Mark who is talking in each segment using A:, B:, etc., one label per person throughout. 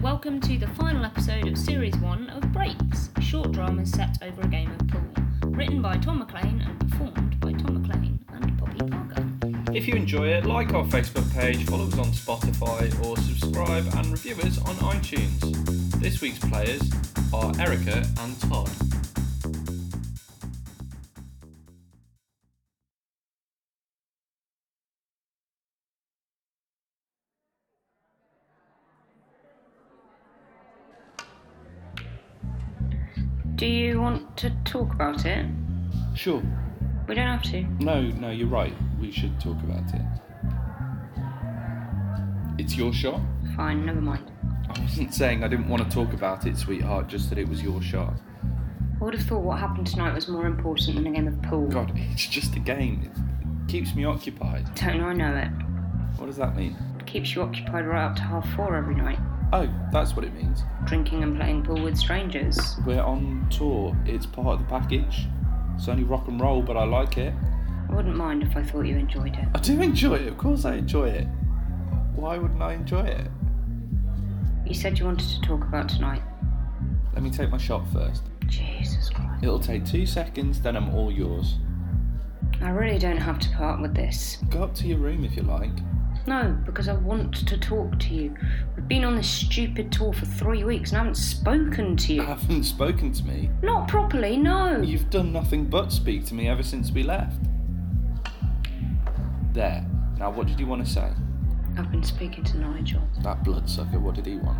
A: welcome to the final episode of Series 1 of Breaks, a short drama set over a game of pool, written by Tom McLean and performed by Tom McLean and Poppy Parker.
B: If you enjoy it, like our Facebook page, follow us on Spotify, or subscribe and review us on iTunes. This week's players are Erica and Todd.
A: Do you want to talk about it?
B: Sure.
A: We don't have to.
B: No, no, you're right. We should talk about it. It's your shot.
A: Fine, never mind.
B: I wasn't saying I didn't want to talk about it, sweetheart, just that it was your shot.
A: I would have thought what happened tonight was more important than a game of pool.
B: God, it's just a game. It keeps me occupied.
A: Don't I know it?
B: What does that mean?
A: It keeps you occupied right up to half four every night,
B: Oh, that's what it means.
A: drinking and playing pool with strangers.
B: We're on tour. It's part of the package. It's only rock and roll, but I like it.
A: I wouldn't mind if I thought you enjoyed it.
B: I do enjoy it. Of course, I enjoy it. Why wouldn't I enjoy it?
A: You said you wanted to talk about tonight.
B: Let me take my shot first.
A: Jesus Christ.
B: It'll take two seconds, then I'm all yours.
A: I really don't have to part with this.
B: Go up to your room if you like.
A: No, because I want to talk to you. We've been on this stupid tour for three weeks and I haven't spoken to
B: You
A: you.
B: haven't spoken to me.
A: Not properly, no.
B: You've done nothing but speak to me ever since we left. There. Now, what did you want to say?
A: I've been speaking to Nigel.
B: That bloodsucker, what did he want?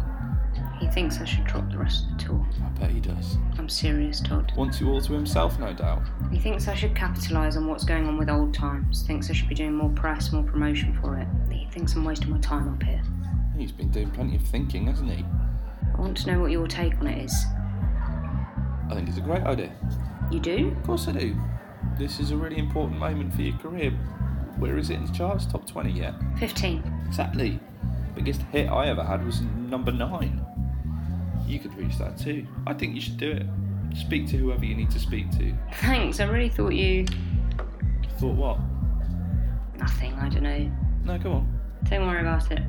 A: He thinks I should drop the rest of the tour.
B: I bet he does.
A: I'm serious, Todd.
B: Wants you all to himself, no doubt.
A: He thinks I should capitalise on what's going on with old times. Thinks I should be doing more press, more promotion for it. He thinks I'm wasting my time up here.
B: He's been doing plenty of thinking, hasn't he?
A: I want to know what your take on it is.
B: I think it's a great idea.
A: You do?
B: Of course I do. This is a really important moment for your career. Where is it in the charts? Top 20 yet?
A: 15.
B: Exactly. Biggest hit I ever had was number 9. You could reach that too. I think you should do it. Speak to whoever you need to speak to.
A: Thanks, I really thought you.
B: Thought what?
A: Nothing, I don't know.
B: No, go on.
A: Don't worry about it.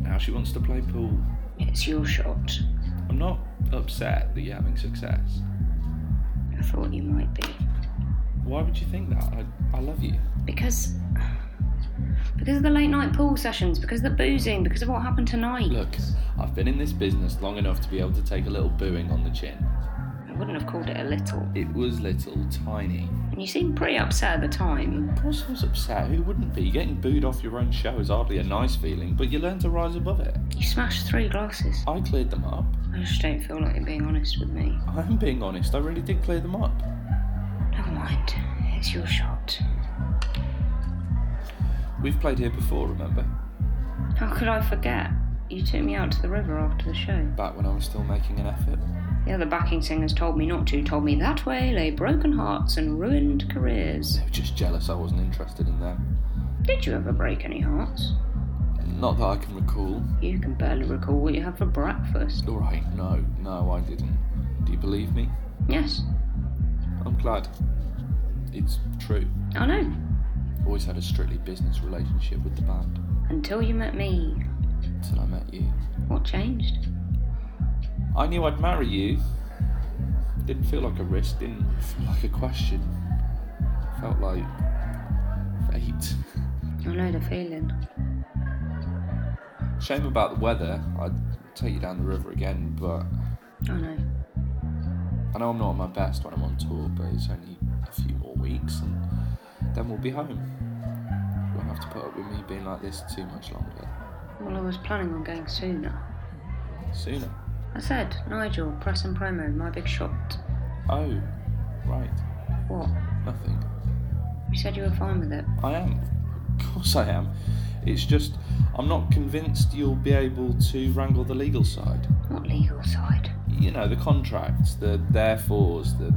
B: Now she wants to play pool.
A: It's your shot.
B: I'm not upset that you're having success.
A: I thought you might be.
B: Why would you think that? I, I love you.
A: Because. Because of the late night pool sessions, because of the boozing, because of what happened tonight.
B: Look, I've been in this business long enough to be able to take a little booing on the chin.
A: I wouldn't have called it a little.
B: It was little, tiny.
A: And you seemed pretty upset at the time.
B: Of course I was upset. Who wouldn't be? Getting booed off your own show is hardly a nice feeling, but you learn to rise above it.
A: You smashed three glasses.
B: I cleared them up.
A: I just don't feel like you're being honest with me.
B: I'm being honest, I really did clear them up.
A: Never mind. It's your shot.
B: We've played here before, remember?
A: How could I forget? You took me out to the river after the show.
B: Back when I was still making an effort.
A: The other backing singers told me not to, told me that way lay broken hearts and ruined careers.
B: They were just jealous I wasn't interested in them.
A: Did you ever break any hearts?
B: Not that I can recall.
A: You can barely recall what you had for breakfast.
B: Alright, no, no, I didn't. Do you believe me?
A: Yes,
B: I'm glad. It's true.
A: I know.
B: Always had a strictly business relationship with the band.
A: Until you met me.
B: Until I met you.
A: What changed?
B: I knew I'd marry you. Didn't feel like a risk, didn't feel like a question. Felt like fate.
A: I know the feeling.
B: Shame about the weather. I'd take you down the river again, but
A: I know.
B: I know I'm not at my best when I'm on tour, but it's only a few more weeks and then we'll be home. You won't have to put up with me being like this too much longer.
A: Well, I was planning on going sooner.
B: Sooner.
A: I said, Nigel, press and promo, my big shot.
B: Oh, right.
A: What?
B: Nothing.
A: You said you were fine with it.
B: I am. Of course I am. It's just I'm not convinced you'll be able to wrangle the legal side.
A: What legal side?
B: You know, the contracts, the therefores, the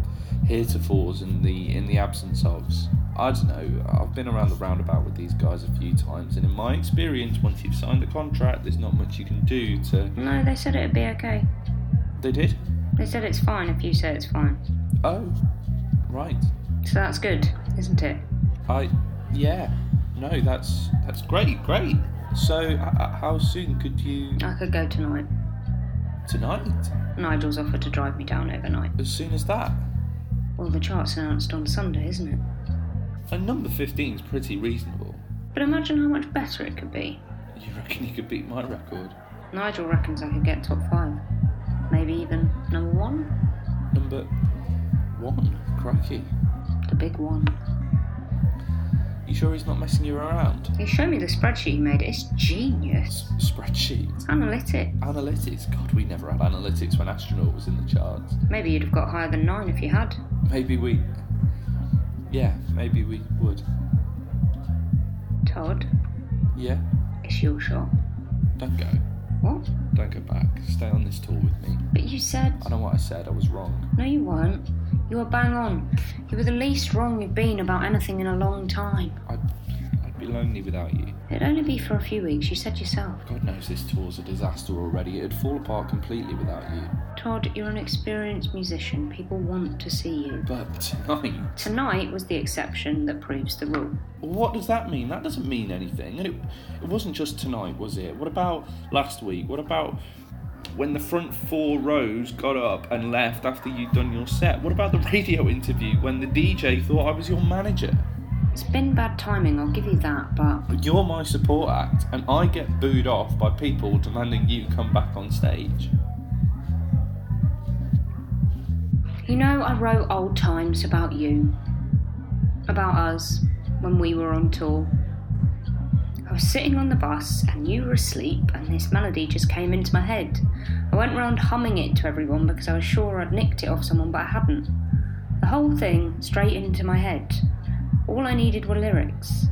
B: heretofores and the in the absence ofs. I don't know, I've been around the roundabout with these guys a few times and in my experience once you've signed a contract there's not much you can do to
A: No, they said it'd be okay.
B: They did?
A: They said it's fine if you say it's fine.
B: Oh right.
A: So that's good, isn't it?
B: I yeah. No, that's that's great, great. So, h- h- how soon could you
A: I could go tonight.
B: tonight?
A: Nigel's offered to drive me down overnight.
B: As soon as that.
A: Well, the chart's announced on Sunday, isn't it?
B: And number 15 is pretty reasonable.
A: But imagine how much better it could be.
B: You reckon you could beat my record?
A: Nigel reckons I could get top five. Maybe even number one?
B: Number one? Cracky.
A: The big one.
B: You sure he's not messing you around?
A: You showed me the spreadsheet you made. It's genius.
B: S- spreadsheet.
A: Analytic.
B: Analytics. God, we never had analytics when astronaut was in the charts.
A: Maybe you'd have got higher than nine if you had.
B: Maybe we. Yeah, maybe we would.
A: Todd,
B: Yeah?
A: it's your shot.
B: Don't go.
A: What?
B: Don't go back. Stay on this tour with me.
A: But you said.
B: I know what I said. I was wrong.
A: No, you weren't. You were bang on. You were the least wrong you've been about anything in a long time.
B: I'd, I'd be lonely without you.
A: It'd only be for a few weeks, you said yourself.
B: God knows this tour's a disaster already. It'd fall apart completely without you.
A: Todd, you're an experienced musician. People want to see you.
B: But tonight.
A: Tonight was the exception that proves the rule.
B: What does that mean? That doesn't mean anything. And it, it wasn't just tonight, was it? What about last week? What about when the front four rows got up and left after you'd done your set? What about the radio interview when the DJ thought I was your manager?
A: It's been bad timing, I'll give you that, but
B: You're my support act, and I get booed off by people demanding you come back on stage.
A: you know, I wrote old times about you, about us when we were on tour. I was sitting on the bus and you were asleep, and this melody just came into my head. I went round humming it to everyone because I was sure I'd nicked it off someone, but I hadn't. The whole thing straight into my head. All I needed were lyrics.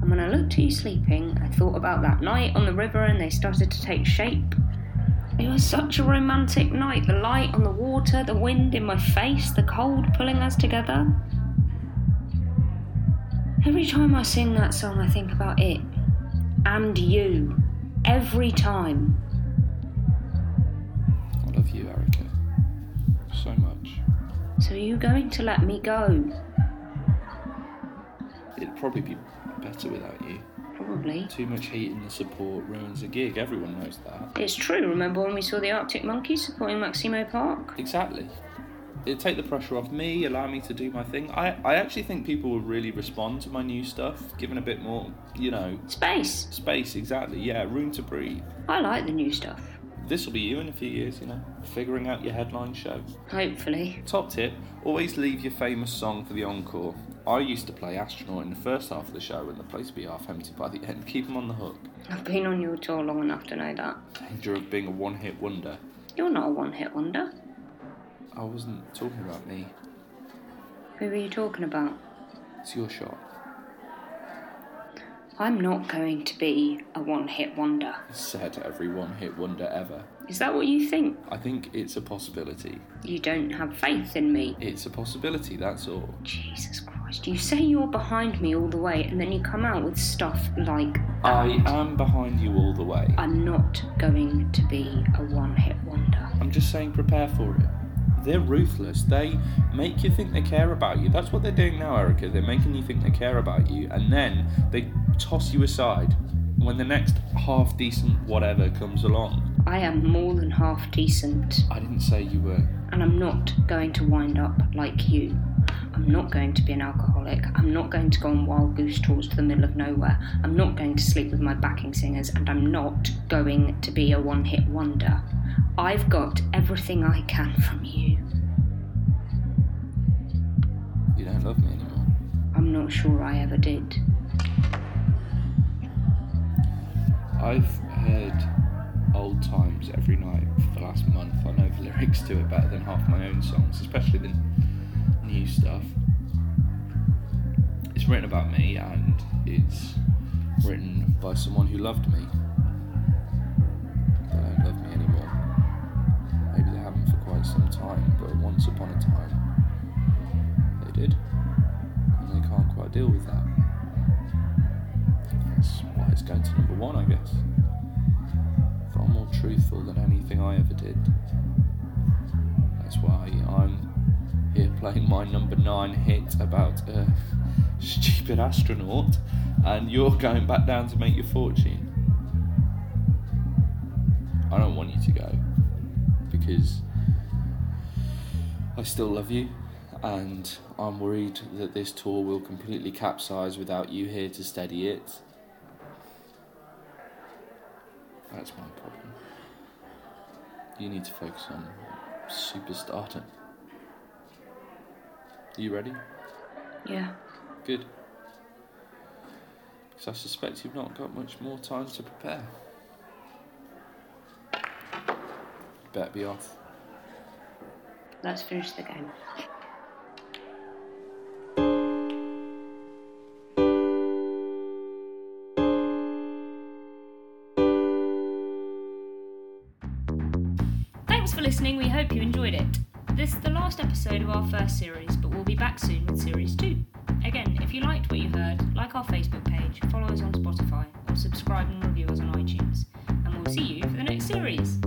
A: And when I looked at you sleeping, I thought about that night on the river and they started to take shape. It was such a romantic night. The light on the water, the wind in my face, the cold pulling us together. Every time I sing that song, I think about it and you. Every time.
B: I love you, Erica. So much.
A: So, are you going to let me go?
B: It'd probably be better without you.
A: Probably.
B: Too much heat in the support ruins a gig, everyone knows that.
A: It's true. Remember when we saw the Arctic Monkeys supporting Maximo Park?
B: Exactly. It'd take the pressure off me, allow me to do my thing. I, I actually think people will really respond to my new stuff, given a bit more, you know,
A: Space.
B: space, exactly. Yeah, room to breathe.
A: I like the new stuff.
B: This will be you in a few years, you know, figuring out your headline show.
A: Hopefully.
B: Top tip always leave your famous song for the encore. I used to play Astronaut in the first half of the show, and the place would be half empty by the end. Keep them on the hook.
A: I've been on your tour long enough to know that.
B: Danger of being a one hit wonder.
A: You're not a one hit wonder.
B: I wasn't talking about me.
A: Who were you talking about?
B: It's your shot.
A: I'm not going to be a one hit wonder.
B: Said every one hit wonder ever.
A: Is that what you think?
B: I think it's a possibility.
A: You don't have faith in me.
B: It's a possibility, that's all.
A: Jesus Christ. You say you're behind me all the way and then you come out with stuff like
B: I
A: that.
B: am behind you all the way.
A: I'm not going to be a one hit wonder.
B: I'm just saying prepare for it. They're ruthless. They make you think they care about you. That's what they're doing now, Erica. They're making you think they care about you, and then they toss you aside when the next half decent whatever comes along.
A: I am more than half decent
B: I didn't say you were.
A: and I'm not going to wind up like you. I'm not going to be an alcoholic. I'm not going to go on wild goose tours to the middle of nowhere. I'm not going to sleep with my backing singers, and I'm not going to be a one hit wonder. I've got everything I can from you.
B: You don't love me anymore.
A: I'm not sure I ever did.
B: I've heard old times every night for the last month. I know the lyrics to it better than half my own songs, especially the new stuff. It's written about me and it's written by someone who loved me. They don't love me anymore. Maybe they haven't for quite some time, but once upon a time they did. And they can't quite deal with that. That's why it's going to number one, I guess. Far more truthful than anything I ever did. That's why I'm here playing my number nine hit about a stupid astronaut, and you're going back down to make your fortune. I don't want you to go because I still love you, and I'm worried that this tour will completely capsize without you here to steady it. That's my problem. You need to focus on superstardom. You ready?
A: Yeah.
B: Good. Because I suspect you've not got much more time to prepare. Better be off.
A: Let's finish the game. Thanks for listening. We hope you enjoyed it. This is the last episode of our first series, but we'll be back soon with series two. Again, if you liked what you heard, like our Facebook page, follow us on Spotify, or subscribe and review us on iTunes. And we'll see you for the next series.